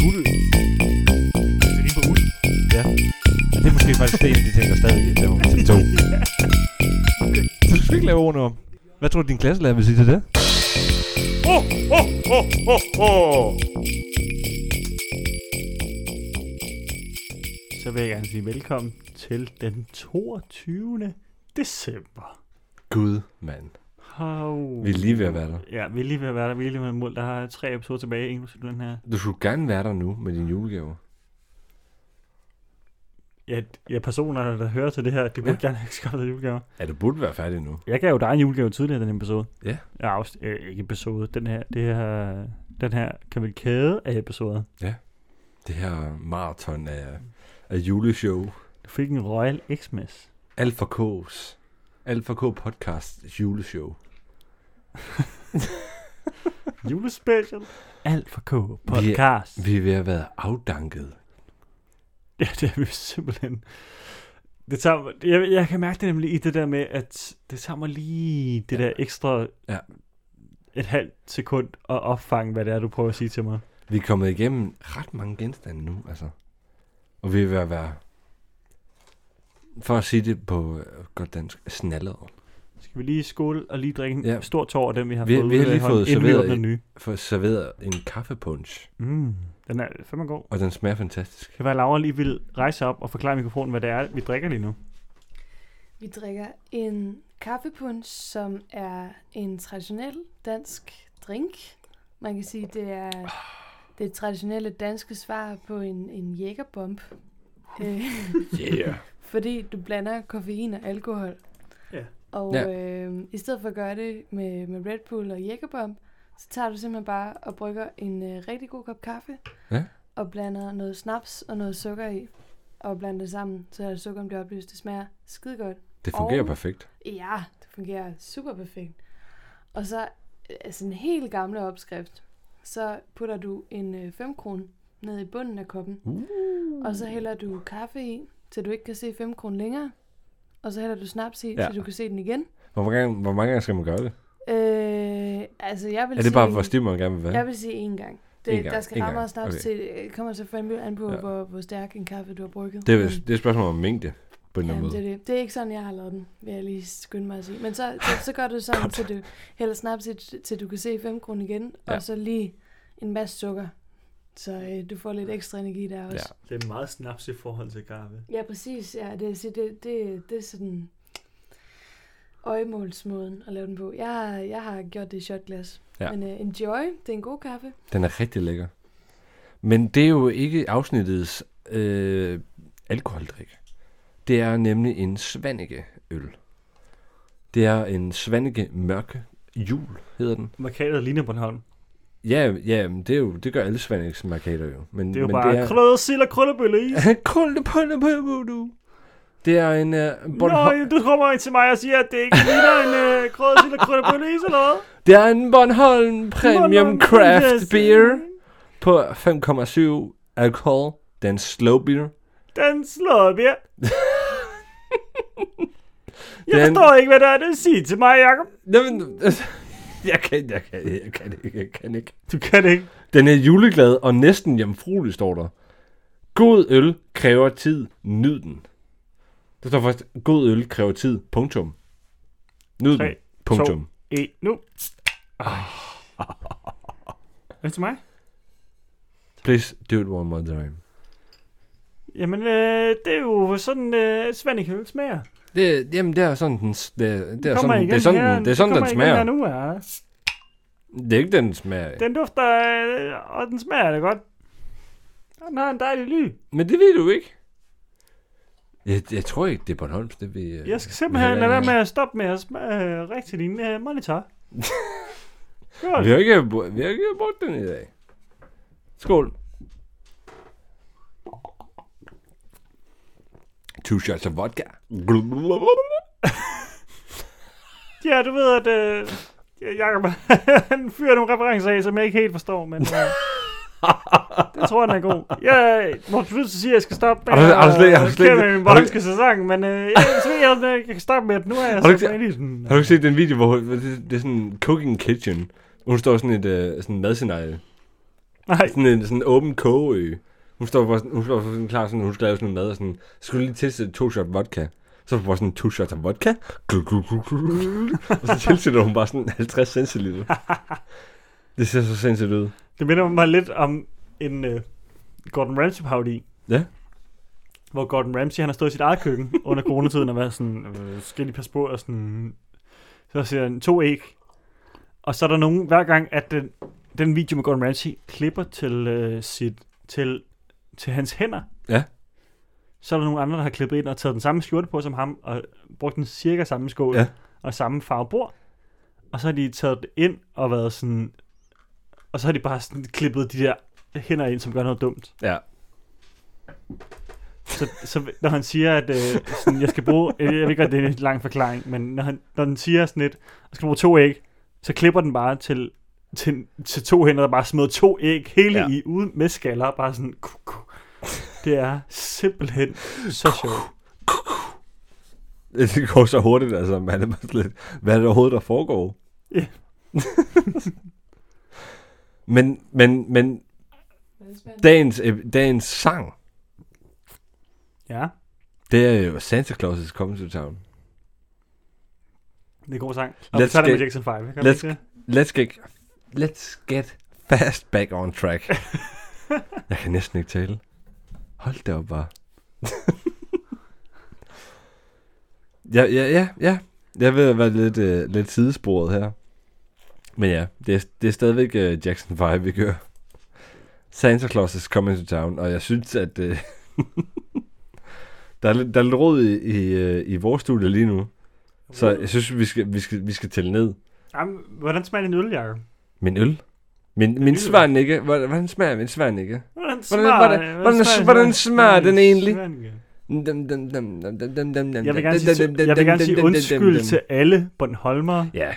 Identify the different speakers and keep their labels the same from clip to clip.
Speaker 1: guld.
Speaker 2: Altså, Det er lige på uld.
Speaker 1: Og det er måske faktisk det, en af de ting, der stadig er på til to. Så du skal ikke lave ordene om. Hvad tror du, din klasselærer vil sige til det?
Speaker 2: Så vil jeg gerne sige velkommen til den 22. december.
Speaker 1: Gud, mand.
Speaker 2: Hov.
Speaker 1: Vi er lige ved at være der.
Speaker 2: Ja, vi er lige ved at være der. Vi er lige ved at mål. Der har tre episoder tilbage, inklusive den her.
Speaker 1: Du skulle gerne være der nu med din julegave.
Speaker 2: Ja, d- ja personerne, der hører til det her, de vil gerne have skabt julegaver.
Speaker 1: Ja, du burde være færdig nu.
Speaker 2: Jeg gav jo dig en julegave tidligere i den episode.
Speaker 1: Ja.
Speaker 2: ja afs- øh, ikke episode. Den her, det her, den her kavalkade af episoder.
Speaker 1: Det her maraton af, af juleshow.
Speaker 2: Du fik en Royal Xmas.
Speaker 1: Alfa K's. Alfa K podcast juleshow.
Speaker 2: Julespecial. Alt for K. Podcast.
Speaker 1: Vi er ved at være afdanket.
Speaker 2: Ja, det er vi simpelthen. Det tager, mig- jeg, jeg kan mærke det nemlig i det der med, at det tager mig lige det der ekstra
Speaker 1: Ja.
Speaker 2: et halvt sekund at opfange, hvad det er, du prøver at sige til mig.
Speaker 1: Vi er kommet igennem ret mange genstande nu, altså. Og vi er ved at være, for at sige det på øh, godt dansk, snallerede.
Speaker 2: Skal vi lige skåle og lige drikke en
Speaker 1: Ja.
Speaker 2: ja. stor tår af dem, vi har
Speaker 1: Vi-
Speaker 2: fået
Speaker 1: vi
Speaker 2: ud
Speaker 1: har
Speaker 2: af
Speaker 1: lige
Speaker 2: hånden,
Speaker 1: fået
Speaker 2: inden vi
Speaker 1: serveret
Speaker 2: åbner den nye.
Speaker 1: For serveret en kaffepunch,
Speaker 2: Mm, den er fandme god.
Speaker 1: og den smager fantastisk.
Speaker 2: Kan være, at Laura lige vil rejse sig op og forklare i mikrofonen, hvad det er, vi drikker lige nu.
Speaker 3: Vi drikker en kaffepunch, som er en traditionel dansk drink. Man kan sige, det er det traditionelle danske svar på en, en jægerbomb. Øh,
Speaker 1: Yeah.
Speaker 3: fordi du blander koffein og alkohol.
Speaker 2: Ja.
Speaker 3: Og
Speaker 1: Ja.
Speaker 3: øh, i stedet for at gøre det med, med Red Bull og jægerbomb, så tager du simpelthen bare og brygger en øh, rigtig god kop kaffe.
Speaker 1: Ja.
Speaker 3: Og blander noget snaps og noget sukker i. Og blander det sammen, så sukkeren bliver opløst. Det smager skide godt.
Speaker 1: Det fungerer
Speaker 3: Og-
Speaker 1: perfekt.
Speaker 3: Ja, det fungerer super perfekt. Og så, øh, altså en helt gamle opskrift, så putter du en 5 kron ned i bunden af koppen,
Speaker 1: Uh.
Speaker 3: og så hælder du kaffe i, så du ikke kan se 5 kron længere, og så hælder du snaps i,
Speaker 1: Ja.
Speaker 3: ja. så du kan se den igen.
Speaker 1: Hvor mange, gange, hvor mange gange skal man gøre det?
Speaker 3: Øh, altså jeg vil
Speaker 1: Er det
Speaker 3: sige,
Speaker 1: bare, hvor stiv man gerne vil
Speaker 3: Jeg
Speaker 1: være?
Speaker 3: vil sige én gang. Det,
Speaker 1: Én gang,
Speaker 3: Der skal
Speaker 1: én
Speaker 3: ret
Speaker 1: gang,
Speaker 3: meget snaps
Speaker 1: okay.
Speaker 3: okay. til. Det kommer så fandme an på,
Speaker 1: Ja.
Speaker 3: ja. hvor, hvor stærk en kaffe du har brygget.
Speaker 1: Det er,
Speaker 3: Men-
Speaker 1: vist- det er et spørgsmål om mængde, på en eller
Speaker 3: Jamen,
Speaker 1: anden
Speaker 3: det, er
Speaker 1: måde.
Speaker 3: det. det er ikke sådan, jeg har lavet den, vil jeg lige skynde mig at sige. Men så, så, så gør du sådan, så du hælder snaps i, til du kan se 5 kroner igen,
Speaker 1: Ja.
Speaker 3: og så lige en masse sukker. Så øh, du får lidt ekstra energi der også.
Speaker 1: Ja.
Speaker 2: Det er meget snaps i forhold til kaffe.
Speaker 3: Ja, ja præcis. Ja, det, det, det, det, det er sådan øjemålsmåden at lave den på. Jeg, har- jeg har gjort det i shotglas.
Speaker 1: Ja.
Speaker 3: Men øh, enjoy, det er en god kaffe.
Speaker 1: Den er rigtig lækker. Men det er jo ikke afsnittets øh, alkoholdrik. Det er nemlig en Svanike-øl. Det er en Svanike Mørke Jul, hedder den.
Speaker 2: Markatet ligner Bornholm.
Speaker 1: Ja, ja, men det, er jo, det gør alle Svanikes markader jo. Men,
Speaker 2: Det er jo
Speaker 1: men
Speaker 2: bare er... krød, sild og krøllebølle i.
Speaker 1: Krølle på det på du. Det er en uh, Bornholm,
Speaker 2: Nej, du kommer ind til mig og siger, at det ikke ligner en øh, krød, sild og krøllebølle i, så noget. øh,
Speaker 1: det er en Bornholm Premium Craft Beer på 5,7 alkohol. Det er en slow beer.
Speaker 2: Den slår op, ja. Jeg
Speaker 1: Den-
Speaker 2: forstår ikke, hvad der er, det siger til mig, Jacob.
Speaker 1: Jamen, altså, jeg kan, jeg kan, jeg kan ikke, jeg kan ikke.
Speaker 2: Du kan det ikke.
Speaker 1: Den er juleglad og næsten jomfruelig, står der. God øl kræver tid. Nyd den. Der står faktisk, god øl kræver tid. Punktum. Nyd den.
Speaker 2: Tre,
Speaker 1: Punktum.
Speaker 2: E, nu. Er det til mig?
Speaker 1: Please do it one more time.
Speaker 2: Jamen, øh, det er jo sådan, øh, Svanike øl smager.
Speaker 1: Det, jamen, det er sådan, den, s- det, er- det er
Speaker 2: Kommer
Speaker 1: sådan,
Speaker 2: igen
Speaker 1: det er sådan,
Speaker 2: her,
Speaker 1: den, det er sådan, den
Speaker 2: kommer igen
Speaker 1: smager.
Speaker 2: Her nu, ja.
Speaker 1: Det er ikke den den smager. Den.
Speaker 2: Den dufter, øh, og den smager da godt. Og den har en dejlig ly.
Speaker 1: Men det ved du ikke. Jeg, jeg tror ikke, det er Bornholms, det vi... øh,
Speaker 2: Jeg skal
Speaker 1: vi
Speaker 2: simpelthen
Speaker 1: heller
Speaker 2: lade være
Speaker 1: ikke-
Speaker 2: med at stoppe med at smage øh, rigtig din øh, monitor. Godt.
Speaker 1: Vi har ikke, br- vi har ikke brugt den i dag. Skål. Two shots of vodka.
Speaker 2: Ja, du ved, at øh, ja, Jacob, han fyrer nogle referencer af, som jeg ikke helt forstår, men øh, det tror jeg, den er god. Ja, vores producer siger, at jeg skal stoppe med
Speaker 1: Har du- har du slet- har du
Speaker 2: at
Speaker 1: slet-
Speaker 2: kæmpe med min
Speaker 1: har du-
Speaker 2: bornske sæson, men øh, jeg ved, jeg, jeg, jeg kan stoppe med, at nu er jeg
Speaker 1: Har du
Speaker 2: så
Speaker 1: ikke-
Speaker 2: inde i sådan...
Speaker 1: Har du ikke set den video, hvor hun- hvor det, det er sådan en cooking kitchen? Hun står i sådan et øh, sådan madscenarie.
Speaker 2: Nej.
Speaker 1: Sådan en sådan en åben kogeø. Hun står for, sådan- hun står for sådan klar, sådan, hun skal lave sådan noget mad, og sådan, så skulle du lige tilsætte to shot vodka. Så får hun bare sådan to shots af vodka. Glug, glug, glug, glug, glug. Og så tilsætter hun bare sådan 50 centiliter. Det ser så sindssygt ud.
Speaker 2: Det minder mig lidt om en uh, Gordon Ramsay parodi.
Speaker 1: Ja.
Speaker 2: Hvor Gordon Ramsay, han har stået i sit eget køkken under coronatiden og været sådan, øh, skal lige passe på, og sådan, så siger han to æg. Og så er der nogen, hver gang, at den, den video med Gordon Ramsay klipper til, øh, sit, til, til hans hænder.
Speaker 1: Ja.
Speaker 2: Så er der nogle andre, der har klippet ind og taget den samme skjorte på som ham, og brugt den cirka samme skål
Speaker 1: Ja.
Speaker 2: og samme farve bord. Og så har de taget det ind og været sådan, og så har de bare sådan klippet de der hænder ind, som gør noget dumt.
Speaker 1: Ja.
Speaker 2: Så, så når han siger, at øh, sådan, jeg skal bruge... Jeg ved godt, det er en lang forklaring, men når, han, når den siger sådan lidt, jeg skal bruge to æg, så klipper den bare til, til, til to hænder, der bare smider to æg hele
Speaker 1: Ja.
Speaker 2: ja. i, uden med skaller, bare sådan... Ku, ku. Det er simpelthen så sjovt.
Speaker 1: Det går så hurtigt, altså. Man er bare sådan lidt, hvad er det overhovedet, der foregår?
Speaker 2: Ja.
Speaker 1: men, men, men
Speaker 3: Det er spændende.
Speaker 1: dagens, ep- dagens sang,
Speaker 2: Ja,
Speaker 1: det er jo Santa Claus is coming to town.
Speaker 2: det er en god sang. Og
Speaker 1: Let's
Speaker 2: vi tager det
Speaker 1: get-
Speaker 2: med Jackson 5. Kan
Speaker 1: let's-
Speaker 2: let's, det?
Speaker 1: Let's get, let's get fast back on track. Jeg kan næsten ikke tale. Hold da op bare. ja, ja, ja, ja. Jeg ved at være lidt, øh, lidt sidesporet her. Men ja, det er, det er stadigvæk øh, Jackson 5, vi kører. Santa Claus is coming to town, og jeg synes, at øh, der, er lidt, der er lidt rod i, i, øh, i vores studie lige nu. Så jeg synes, vi skal, vi skal, vi skal tælle ned.
Speaker 2: Jamen, hvordan smager en øl, Jacob?
Speaker 1: Min øl? Min, min
Speaker 2: lyder-
Speaker 1: svarnikke? Hvordan, hvordan smager min svarnikke?
Speaker 2: Hvordan
Speaker 1: hvordan-
Speaker 2: smager,
Speaker 1: hvordan- hvordan smager den egentlig?
Speaker 2: smager-
Speaker 1: Jeg
Speaker 2: Jeg vil gerne sige, jeg vil gerne sige undskyld til alle Bornholmere
Speaker 1: Ja,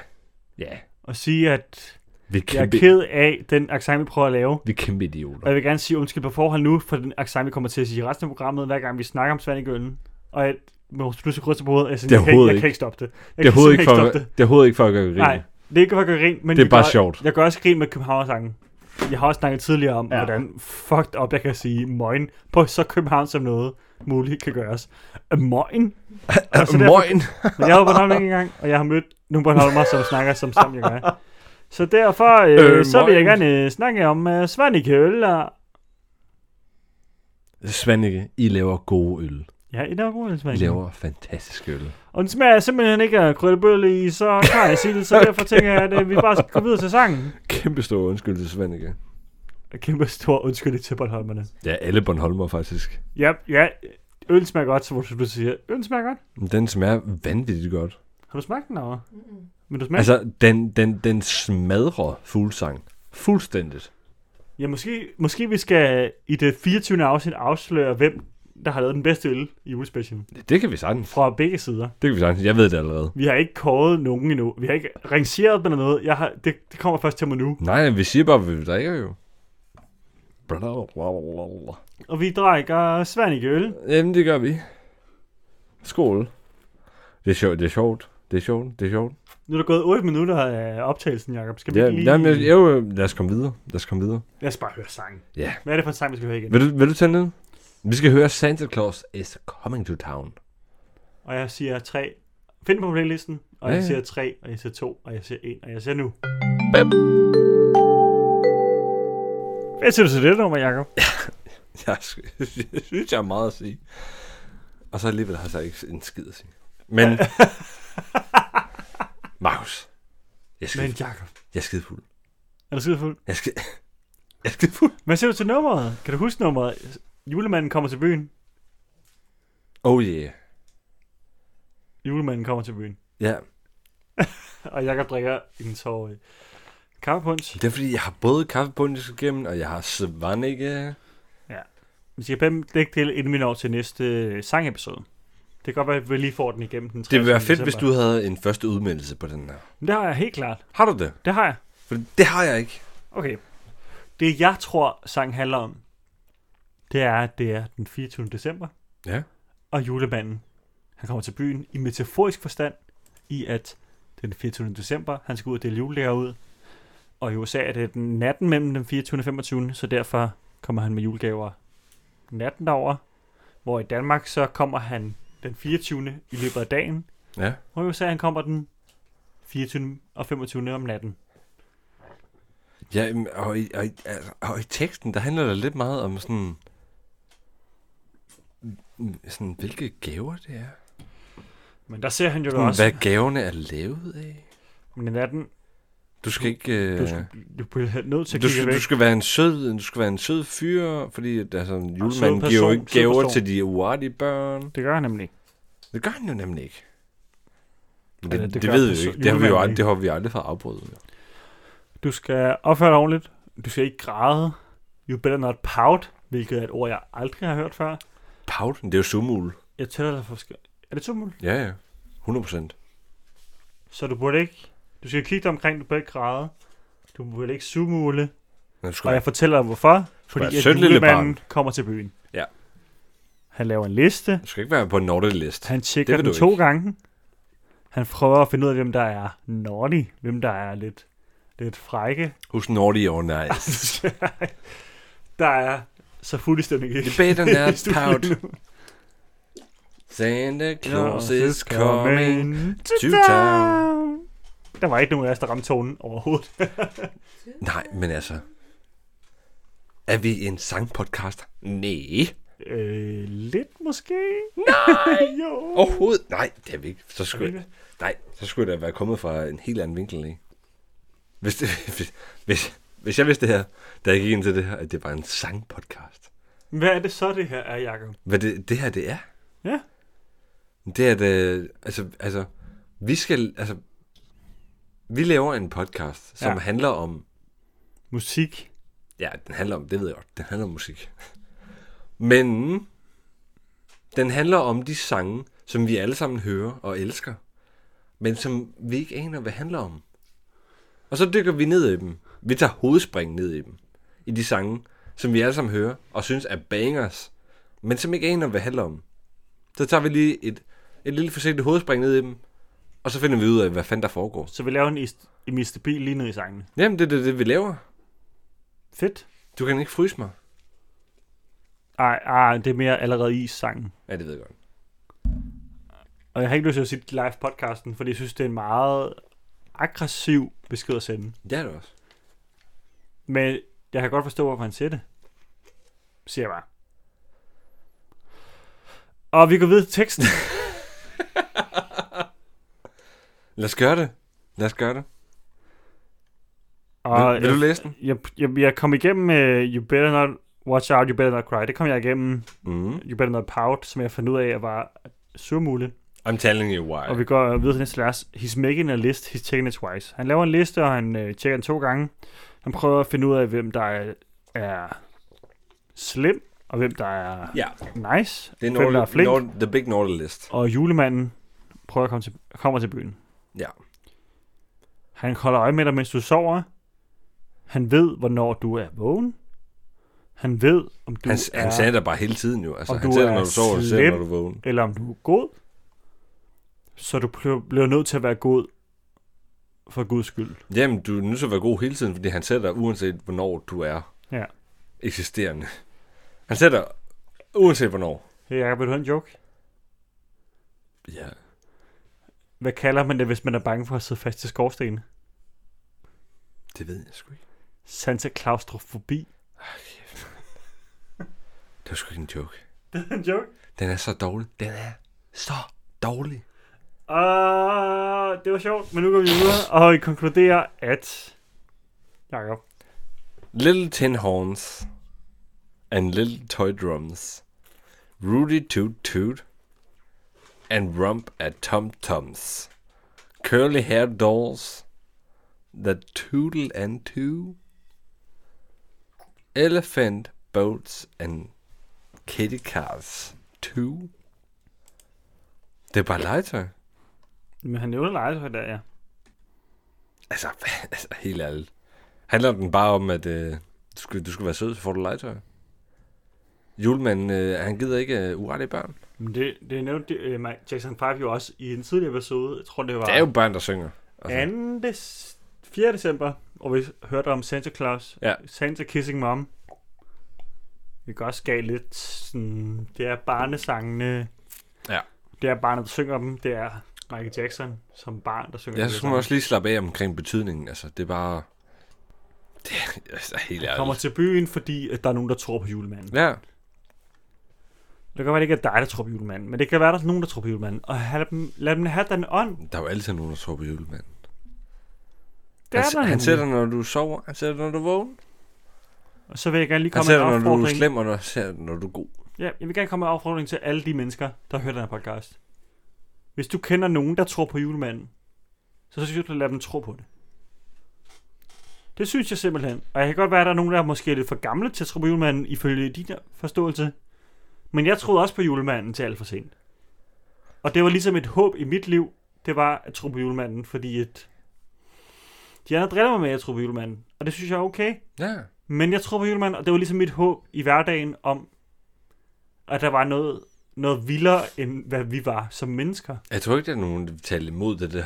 Speaker 1: ja.
Speaker 2: og sige, at
Speaker 1: Vi er
Speaker 2: jeg er
Speaker 1: kæmpe,
Speaker 2: ked af den accent, vi prøver at lave.
Speaker 1: vi er kæmpe
Speaker 2: Og
Speaker 1: idioter.
Speaker 2: jeg vil gerne sige undskyld på forhånd nu for den accent, vi kommer til at sige i resten af programmet, hver gang vi snakker om Svanegøllen. Og at vores producer krydser på hovedet, altså,
Speaker 1: Det er
Speaker 2: jeg, kan, ikke-
Speaker 1: overhovedet
Speaker 2: jeg kan
Speaker 1: ikke.
Speaker 2: ikke stoppe det. Jeg
Speaker 1: Det er overhovedet ikke for,
Speaker 2: stoppe det.
Speaker 1: det er overhovedet ikke for at gøre grin.
Speaker 2: Nej, det er ikke for at gøre grin, men
Speaker 1: Det er
Speaker 2: jeg
Speaker 1: bare
Speaker 2: gør,
Speaker 1: sjovt.
Speaker 2: Jeg gør også grin med Københavnersangen. Jeg har også snakket tidligere om,
Speaker 1: Ja.
Speaker 2: ja. hvordan fucked op jeg kan sige møgen på så København som noget muligt kan gøres. Øh, Møgen? Og så derfor-
Speaker 1: Møgen.
Speaker 2: Men jeg var på Bornholm en gang, og jeg har mødt nogle Bornholmer, som snakker som som jeg gør. Så derfor, øh,
Speaker 1: Øh,
Speaker 2: øh, så vil jeg
Speaker 1: morgen.
Speaker 2: gerne øh, snakke om øh, Svanike øl. Og...
Speaker 1: Svanike, I laver gode øl.
Speaker 2: Ja, det var god øl,
Speaker 1: I
Speaker 2: Svanike.
Speaker 1: laver fantastisk øl.
Speaker 2: Og den smager simpelthen ikke af krøllebølle i, så kan jeg sige det, så derfor tænker jeg, at øh, vi bare skal gå videre til sangen.
Speaker 1: Kæmpe stor undskyld til Svanike.
Speaker 2: Kæmpe stor undskyldning til Bornholmerne.
Speaker 1: Ja, alle Bornholmer faktisk.
Speaker 2: Ja, ja, øl smager godt, som du siger. Øl smager godt.
Speaker 1: Den smager vanvittigt godt.
Speaker 2: Har du smagt den over?
Speaker 3: Mm-mm.
Speaker 2: Vil du smage? Altså,
Speaker 1: Altså, den, den, den smadrer fuglsang. Fuldstændigt.
Speaker 2: ja, måske, måske vi skal i det 24. afsnit afsløre, hvem der har lavet den bedste øl i julespecialen.
Speaker 1: Det kan vi sagtens.
Speaker 2: Fra begge sider.
Speaker 1: Det kan vi sagtens. Jeg ved det allerede.
Speaker 2: Vi har ikke kåret nogen endnu. Vi har ikke rangeret dem eller noget. Jeg har, det, det kommer først til mig nu.
Speaker 1: Nej, vi siger bare, hvad vi drikker jo. Blablabla.
Speaker 2: Og vi drikker Svanike øl.
Speaker 1: Jamen, det gør vi. Skål. Det er sjovt, det er sjovt. Det er sjovt, det er sjovt.
Speaker 2: Nu er der gået 8 minutter af optagelsen, Jacob. Skal vi
Speaker 1: Ja,
Speaker 2: ikke lige...
Speaker 1: jamen, jeg, jo, lad os komme videre. Lad os komme videre.
Speaker 2: Lad os bare høre sangen.
Speaker 1: Ja.
Speaker 2: Hvad er det for en sang, vi skal høre igen?
Speaker 1: Vil du, vil du tænde ned? Vi skal høre Santa Claus is coming to town.
Speaker 2: Og jeg siger 3. Find den på playlisten. Og
Speaker 1: Ja,
Speaker 2: jeg
Speaker 1: ja.
Speaker 2: siger 3, og jeg siger 2, og jeg siger 1, og jeg siger nu.
Speaker 1: Bam.
Speaker 2: Hvad siger du til det nummer, Jacob?
Speaker 1: Jeg, sy- jeg synes, jeg har meget at sige. Og så alligevel har jeg ikke en skid at sige. Men... Markus. Jeg skal,
Speaker 2: Men Jacob,
Speaker 1: jeg er skidefuld.
Speaker 2: er du skidefuld?
Speaker 1: Jeg skal... Jeg er skidefuld.
Speaker 2: Hvad siger du til nummeret? Kan du huske nummeret? Julemanden kommer til byen.
Speaker 1: Oh yeah.
Speaker 2: Julemanden kommer til byen.
Speaker 1: Ja,
Speaker 2: Og Jacob drikker en tår øh, kaffepunch.
Speaker 1: det er fordi, jeg har både kaffebundes igennem, og jeg har svanike.
Speaker 2: Vi skal bestemt lægge til, inden vi når til næste øh, sangepisode. Det kan godt være, at vi lige får den igennem den 30.
Speaker 1: Det ville være fedt,
Speaker 2: december.
Speaker 1: hvis du havde en første udmeldelse på den her.
Speaker 2: Men Det har jeg helt klart.
Speaker 1: Har du det?
Speaker 2: Det har jeg.
Speaker 1: For det har jeg ikke.
Speaker 2: Okay. Det, jeg tror, sang handler om, det er, at det er den 24. december.
Speaker 1: Ja.
Speaker 2: Og julemanden, han kommer til byen i metaforisk forstand, i at den 24. december, han skal ud og dele julegaver ud. Og i USA er det den natten mellem den 24. og 25. Så derfor kommer han med julegaver natten derover. Hvor i Danmark så kommer han den 24. i løbet af dagen.
Speaker 1: Ja.
Speaker 2: Og i USA han kommer den 24. og 25. om natten.
Speaker 1: Ja, øhm, og i, og, i, altså, og i teksten, der handler det lidt meget om sådan, mm, sådan hvilke gaver det er.
Speaker 2: Men der ser han jo da
Speaker 1: Sådan,
Speaker 2: også,
Speaker 1: hvad gaverne er lavet af.
Speaker 2: men i natten,
Speaker 1: Du skal ikke... Øh,
Speaker 2: du, skal, du bliver nødt til at
Speaker 1: du,
Speaker 2: kigge
Speaker 1: skal, du
Speaker 2: væk.
Speaker 1: skal være en sød, du skal være en sød fyr, fordi at, altså, julemanden
Speaker 2: sød
Speaker 1: giver jo
Speaker 2: person,
Speaker 1: ikke
Speaker 2: sød
Speaker 1: gaver
Speaker 2: person.
Speaker 1: til de uartige børn.
Speaker 2: Det gør han nemlig.
Speaker 1: Det gør han jo nemlig ikke. Men det,
Speaker 2: Eller
Speaker 1: det,
Speaker 2: det
Speaker 1: det,
Speaker 2: gør
Speaker 1: ved
Speaker 2: den
Speaker 1: vi
Speaker 2: sø-
Speaker 1: jo ikke. Det har vi jo
Speaker 2: julemanden
Speaker 1: aldrig,
Speaker 2: ikke.
Speaker 1: det har vi aldrig fået afbrudt.
Speaker 2: Du skal opføre dig ordentligt. Du skal ikke græde. You better not pout, hvilket er et ord, jeg aldrig har hørt før.
Speaker 1: Paut, det er jo sumul.
Speaker 2: Jeg tæller dig for forskel. Er det tumult?
Speaker 1: Ja, ja. 100 procent.
Speaker 2: Så du burde ikke... Du skal kigge dig omkring, du burde ikke græde. Du burde ikke sumule.
Speaker 1: Men du
Speaker 2: Og
Speaker 1: skal,
Speaker 2: jeg fortæller dig hvorfor. Fordi
Speaker 1: være et
Speaker 2: at
Speaker 1: sødt lille
Speaker 2: julemanden kommer til byen.
Speaker 1: Ja.
Speaker 2: Han laver en liste.
Speaker 1: du skal ikke være på en naughty list.
Speaker 2: Han tjekker
Speaker 1: Det vil
Speaker 2: den
Speaker 1: du
Speaker 2: to
Speaker 1: ikke.
Speaker 2: gange. Han prøver at finde ud af, hvem der er naughty. Hvem der er lidt, lidt frække.
Speaker 1: Who's naughty or nice?
Speaker 2: der er så fuld i stemning. ikke?
Speaker 1: Debatten
Speaker 2: I
Speaker 1: er
Speaker 2: studiet
Speaker 1: taget.
Speaker 2: nu.
Speaker 1: Santa Claus
Speaker 2: Claus
Speaker 1: is coming.
Speaker 2: to
Speaker 1: to
Speaker 2: town. Der var ikke nogen af os, der ramte tonen overhovedet.
Speaker 1: Nej, men altså... Er vi en sangpodcast? Nej.
Speaker 2: Øh, lidt måske. Nej! jo.
Speaker 1: Overhovedet? Nej, det er vi ikke. Så
Speaker 2: Er det
Speaker 1: skulle,
Speaker 2: ikke
Speaker 1: nej, så skulle det da være kommet fra en helt anden vinkel, ikke? Hvis, det, hvis, hvis, hvis jeg vidste det her, da jeg gik ind til det her, at det var en sangpodcast.
Speaker 2: det? Hvad er det så, det her er, Jacob?
Speaker 1: Hvad det, det her, det er?
Speaker 2: Ja.
Speaker 1: Det er, at, øh, altså, altså, vi skal, altså, vi laver en podcast, som
Speaker 2: Ja.
Speaker 1: ja. handler om
Speaker 2: Musik.
Speaker 1: Ja, den handler om, det ved jeg godt, den handler om musik. Men den handler om de sange, som vi alle sammen hører og elsker, men som vi ikke aner, hvad handler om. Og så dykker vi ned i dem. Vi tager hovedspring ned i dem. I de sange, som vi alle sammen hører og synes er bangers, men som ikke aner, hvad handler om. Så tager vi lige et, et lille forsigtigt hovedspring ned i dem, og så finder vi ud af, hvad fanden der foregår.
Speaker 2: Så vi laver en, ist- en Mr. Bean lige ned i sangene.
Speaker 1: Jamen, det er det, det, vi laver.
Speaker 2: Fedt.
Speaker 1: Du kan ikke fryse mig.
Speaker 2: Ej, ej, det er mere allerede i sangen.
Speaker 1: Ja, det ved jeg godt.
Speaker 2: Og jeg har ikke lyst til at sige det live podcasten, fordi jeg synes, det er en meget aggressiv besked at sende.
Speaker 1: Det er det også.
Speaker 2: Men jeg kan godt forstå, hvorfor han siger det. Siger jeg bare. Og vi går videre til teksten.
Speaker 1: Lad os gøre det. Lad os gøre det.
Speaker 2: Og øh,
Speaker 1: vil, vil du
Speaker 2: jeg,
Speaker 1: læse den?
Speaker 2: jeg, jeg, jeg kom igennem uh, You Better Not Watch Out, You Better Not Cry. Det kom jeg igennem
Speaker 1: Mm.
Speaker 2: You Better Not Pout, som jeg fandt ud af, at var surmuligt.
Speaker 1: I'm telling you why.
Speaker 2: Og vi går videre til næste vers. He's making a list, he's taking it twice. Han laver en liste, og han øh, tjekker den to gange. Han prøver at finde ud af, hvem der er, er slim, og hvem der er
Speaker 1: Ja,
Speaker 2: nice,
Speaker 1: det er
Speaker 2: hvem der er
Speaker 1: Nord,
Speaker 2: flink.
Speaker 1: Nord, The Big Nord List.
Speaker 2: Og julemanden prøver at komme til, kommer til byen.
Speaker 1: Ja.
Speaker 2: Han holder øje med dig, mens du sover. Han ved, hvornår du er vågen. Han ved, om du
Speaker 1: Han,
Speaker 2: er,
Speaker 1: han sagde det bare hele tiden jo. Altså,
Speaker 2: Og
Speaker 1: han
Speaker 2: du
Speaker 1: sagde
Speaker 2: er
Speaker 1: det, når du sover, og sagde det,
Speaker 2: slem.
Speaker 1: når du vågner.
Speaker 2: eller om du er god. Så du plø- bliver nødt til at være god for Guds skyld.
Speaker 1: Jamen, du er nødt til at være god hele tiden, fordi han sætter dig, uanset hvornår du er
Speaker 2: Ja.
Speaker 1: eksisterende. Han sætter dig, uanset hvornår.
Speaker 2: Hey, Jacob, vil du have en joke?
Speaker 1: Ja.
Speaker 2: Hvad kalder man det, hvis man er bange for at sidde fast til skorstenen?
Speaker 1: Det ved jeg sgu ikke.
Speaker 2: Santa Claustrofobi.
Speaker 1: Det var sgu ikke en joke.
Speaker 2: Det er en joke.
Speaker 1: Den er så dårlig. Den er så dårlig.
Speaker 2: Uh, det var sjovt, men nu går vi videre, og vi konkluderer, at... Jacob,
Speaker 1: Little tin horns and little toy drums. Rudy toot toot and rump at tum tums. Curly haired dolls that tootle and too. Elephant boats and kitty cars too. Det er bare legetøj.
Speaker 2: Men han nævner legetøj der, ja.
Speaker 1: Altså, altså, helt ærligt. Handler den bare om, at øh, du, skal, du skal være sød, så får du legetøj? Julemanden, øh, han gider ikke øh, urettige børn.
Speaker 2: Men det, det nævnte øh, Mike Jackson 5 jo også i en tidligere episode. Jeg tror, det var
Speaker 1: Det er jo børn, der synger.
Speaker 2: altså. 2. Des, 4. december, og vi hørte om Santa Claus.
Speaker 1: Ja.
Speaker 2: Santa Kissing Mom. Vi kan også gav lidt sådan, det er barnesangene.
Speaker 1: Ja.
Speaker 2: Det er barnet, der synger dem. Det er Michael Jackson som barn, der synger
Speaker 1: Jeg
Speaker 2: de her
Speaker 1: skulle
Speaker 2: sange.
Speaker 1: også lige slappe af omkring betydningen. Altså, det er bare... Det er altså, helt
Speaker 2: Han kommer
Speaker 1: ærligt.
Speaker 2: til byen, fordi at der er nogen, der tror på julemanden.
Speaker 1: Ja,
Speaker 2: Det kan godt være, det ikke er dig, der tror på julemanden, men det kan være, der er nogen, der tror på julemanden. Og have dem, lad dem have den ånd.
Speaker 1: der er jo altid nogen, der tror på julemanden.
Speaker 2: Det er
Speaker 1: han,
Speaker 2: der
Speaker 1: han
Speaker 2: nemlig.
Speaker 1: sætter, når du sover. Han sætter, når du vågner.
Speaker 2: Og så vil jeg gerne lige
Speaker 1: Han
Speaker 2: komme med
Speaker 1: sætter,
Speaker 2: en
Speaker 1: Altså, når du er
Speaker 2: opfordring.
Speaker 1: slem, og når, sætter, når du er god.
Speaker 2: Ja, jeg vil gerne komme med en opfordring til alle de mennesker, der hører den her podcast. Hvis du kender nogen, der tror på julemanden, så synes jeg, du lade dem tro på det. Det synes jeg simpelthen. Og jeg kan godt være, at der er nogen, der er måske lidt for gamle til at tro på julemanden, ifølge din forståelse. Men jeg troede også på julemanden til alt for sent. Og det var ligesom et håb i mit liv, det var at tro på julemanden, fordi at de andre driller mig med, at jeg tror på julemanden. Og det synes jeg er okay.
Speaker 1: Ja.
Speaker 2: Men jeg tror på julemanden, og det var ligesom mit håb i hverdagen om, at der var noget, noget vildere, end hvad vi var som mennesker.
Speaker 1: Jeg tror ikke, der er nogen, der vil tale imod det der.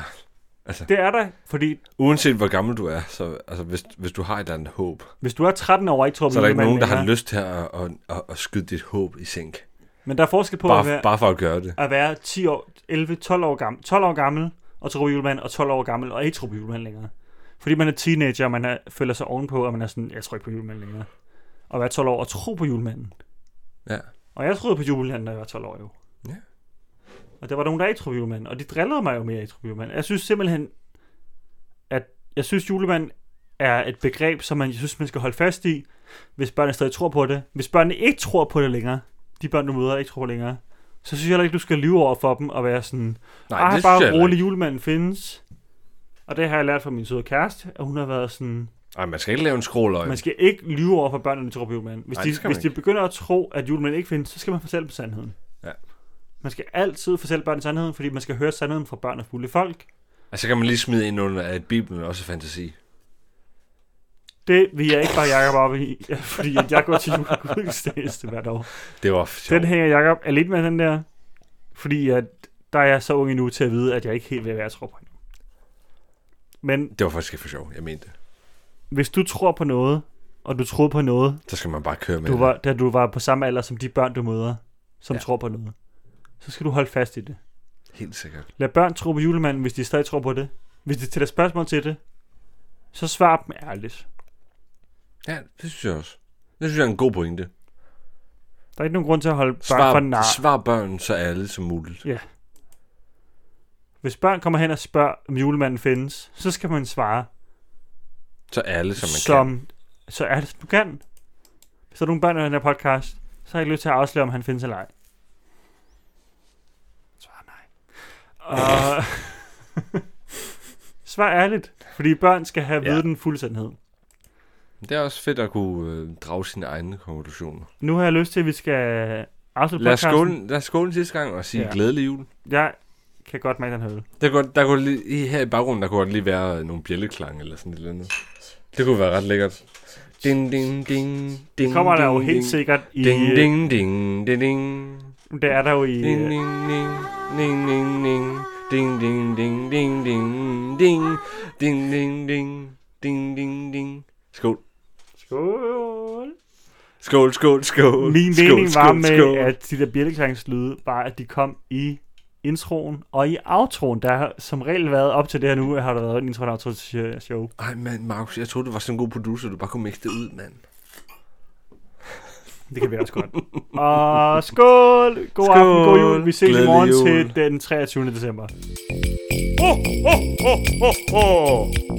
Speaker 1: Altså,
Speaker 2: Det er der, fordi
Speaker 1: uanset hvor gammel du er, så altså, hvis, hvis du har et eller andet håb,
Speaker 2: hvis du er 13 år og ikke tror på
Speaker 1: så er der ikke
Speaker 2: julemanden
Speaker 1: nogen, der har
Speaker 2: længere-
Speaker 1: lyst til at, at, at, at skyde dit håb i sænk.
Speaker 2: Men der er forskel på at
Speaker 1: Bare,
Speaker 2: være,
Speaker 1: bare for at gøre det.
Speaker 2: at være 10 år, 11, 12 år gammel, 12 år gammel og tro på julemanden, og 12 år gammel og ikke tro på julemanden længere. Fordi man er teenager, og man er, føler sig ovenpå, og man er sådan, jeg tror ikke på julemanden længere. Og være 12 år og tro på julemanden.
Speaker 1: Ja.
Speaker 2: Og jeg troede på julemanden, da jeg var 12 år jo.
Speaker 1: Ja.
Speaker 2: Og der var nogen, der ikke troede på julemanden, og de drillede mig jo mere, jeg troede på julemanden. Jeg synes simpelthen, at jeg synes, julemanden er et begreb, som man, jeg synes, man skal holde fast i, hvis børnene stadig tror på det. Hvis børnene ikke tror på det længere, de børn, du møder, ikke tror på det længere, så synes jeg heller ikke, du skal lyve over for dem og være sådan,
Speaker 1: Nej,
Speaker 2: Nej,
Speaker 1: det
Speaker 2: det
Speaker 1: synes jeg
Speaker 2: bare
Speaker 1: heller
Speaker 2: rolig, julemanden findes. Og det har jeg lært fra min søde kæreste, at hun har været sådan,
Speaker 1: ikke. Nej, man skal ikke lave en skråløg.
Speaker 2: man skal ikke lyve over for børnene, der tror på julemanden. Hvis,
Speaker 1: Nej,
Speaker 2: Ej, de,
Speaker 1: det skal man
Speaker 2: hvis de begynder at tro, at julemanden ikke findes, så skal man fortælle dem sandheden.
Speaker 1: Ja.
Speaker 2: Man skal altid fortælle børnene sandheden, fordi man skal høre sandheden fra børn og fulde folk.
Speaker 1: Og så Altså, kan man lige smide ind under, at Bibelen også er fantasi.
Speaker 2: Det vil jeg ikke bare Jacob op i, fordi at jeg går til julegudstjeneste hvert år.
Speaker 1: Det var sjovt.
Speaker 2: Den hænger Jacob alene med den der, fordi at der er jeg så ung endnu til at vide, at jeg ikke helt vil være tror på endnu. Men
Speaker 1: Det var faktisk ikke for sjov, jeg mente det.
Speaker 2: hvis du tror på noget, og du troede på noget,
Speaker 1: Så skal man bare køre med
Speaker 2: du
Speaker 1: det.
Speaker 2: var, da du var på samme alder som de børn, du møder, som
Speaker 1: Ja.
Speaker 2: ja. tror på noget, så skal du holde fast i det.
Speaker 1: Helt sikkert.
Speaker 2: Lad børn tro på julemanden, hvis de stadig tror på det. Hvis de stiller spørgsmål til det, så svar dem ærligt.
Speaker 1: Ja, det synes jeg også. Det synes jeg er en god pointe.
Speaker 2: Der er ikke nogen grund til at holde børn
Speaker 1: Svar,
Speaker 2: for nar.
Speaker 1: svar børn så alle som muligt.
Speaker 2: Hvis børn kommer hen og spørger, om julemanden findes, så skal man svare,
Speaker 1: Så alle som man kan.
Speaker 2: som så er det, du kan. Hvis der er nogle børn, der hører den her podcast, så har jeg ikke lyst til at afsløre, om han findes eller ej. Svar nej. Og... Svar ærligt, fordi børn skal have
Speaker 1: Ja.
Speaker 2: ja. ved den fulde sandhed.
Speaker 1: Det er også fedt at kunne øh, drage sine egne konklusioner.
Speaker 2: Nu har jeg lyst til, at vi skal afslutte
Speaker 1: Lad os,
Speaker 2: podcasten.
Speaker 1: skåle, lad os skåle sidste gang og sige ja.
Speaker 2: Ja.
Speaker 1: glædelig jul.
Speaker 2: Jeg kan godt mærke den her øl.
Speaker 1: Der kunne, der kunne lige, i- her i baggrunden, der kunne godt lige være øh, nogle bjælleklange eller sådan et eller andet. Det kunne være ret lækkert. Ding, ding, ding, ding,
Speaker 2: Det kommer der jo
Speaker 1: ding,
Speaker 2: helt
Speaker 1: ding.
Speaker 2: sikkert i... øh,
Speaker 1: Ding, ding, ding, ding, ding.
Speaker 2: Det er der jo i...
Speaker 1: Ding ding ding ding ding ding ding ding ding ding ding ding ding ding ding ding ding ding Skål.
Speaker 2: Skål!
Speaker 1: Skål, skål, skål.
Speaker 2: Min
Speaker 1: skål,
Speaker 2: mening var
Speaker 1: skål,
Speaker 2: med,
Speaker 1: skål.
Speaker 2: at de der bjælleklangslyde var, at de kom i introen og i outroen. Der har som regel været op til det her nu, har der været en intro og outro til show.
Speaker 1: Ej, mand, Markus, jeg troede, du var sådan en god producer, du bare kunne mixe det ud, mand.
Speaker 2: Det kan vi også godt. Og skål! God skål. aften, god jul. Vi ses
Speaker 1: Glædelig
Speaker 2: i morgen
Speaker 1: jul.
Speaker 2: til den 23. december. Ho, ho, ho, ho, ho.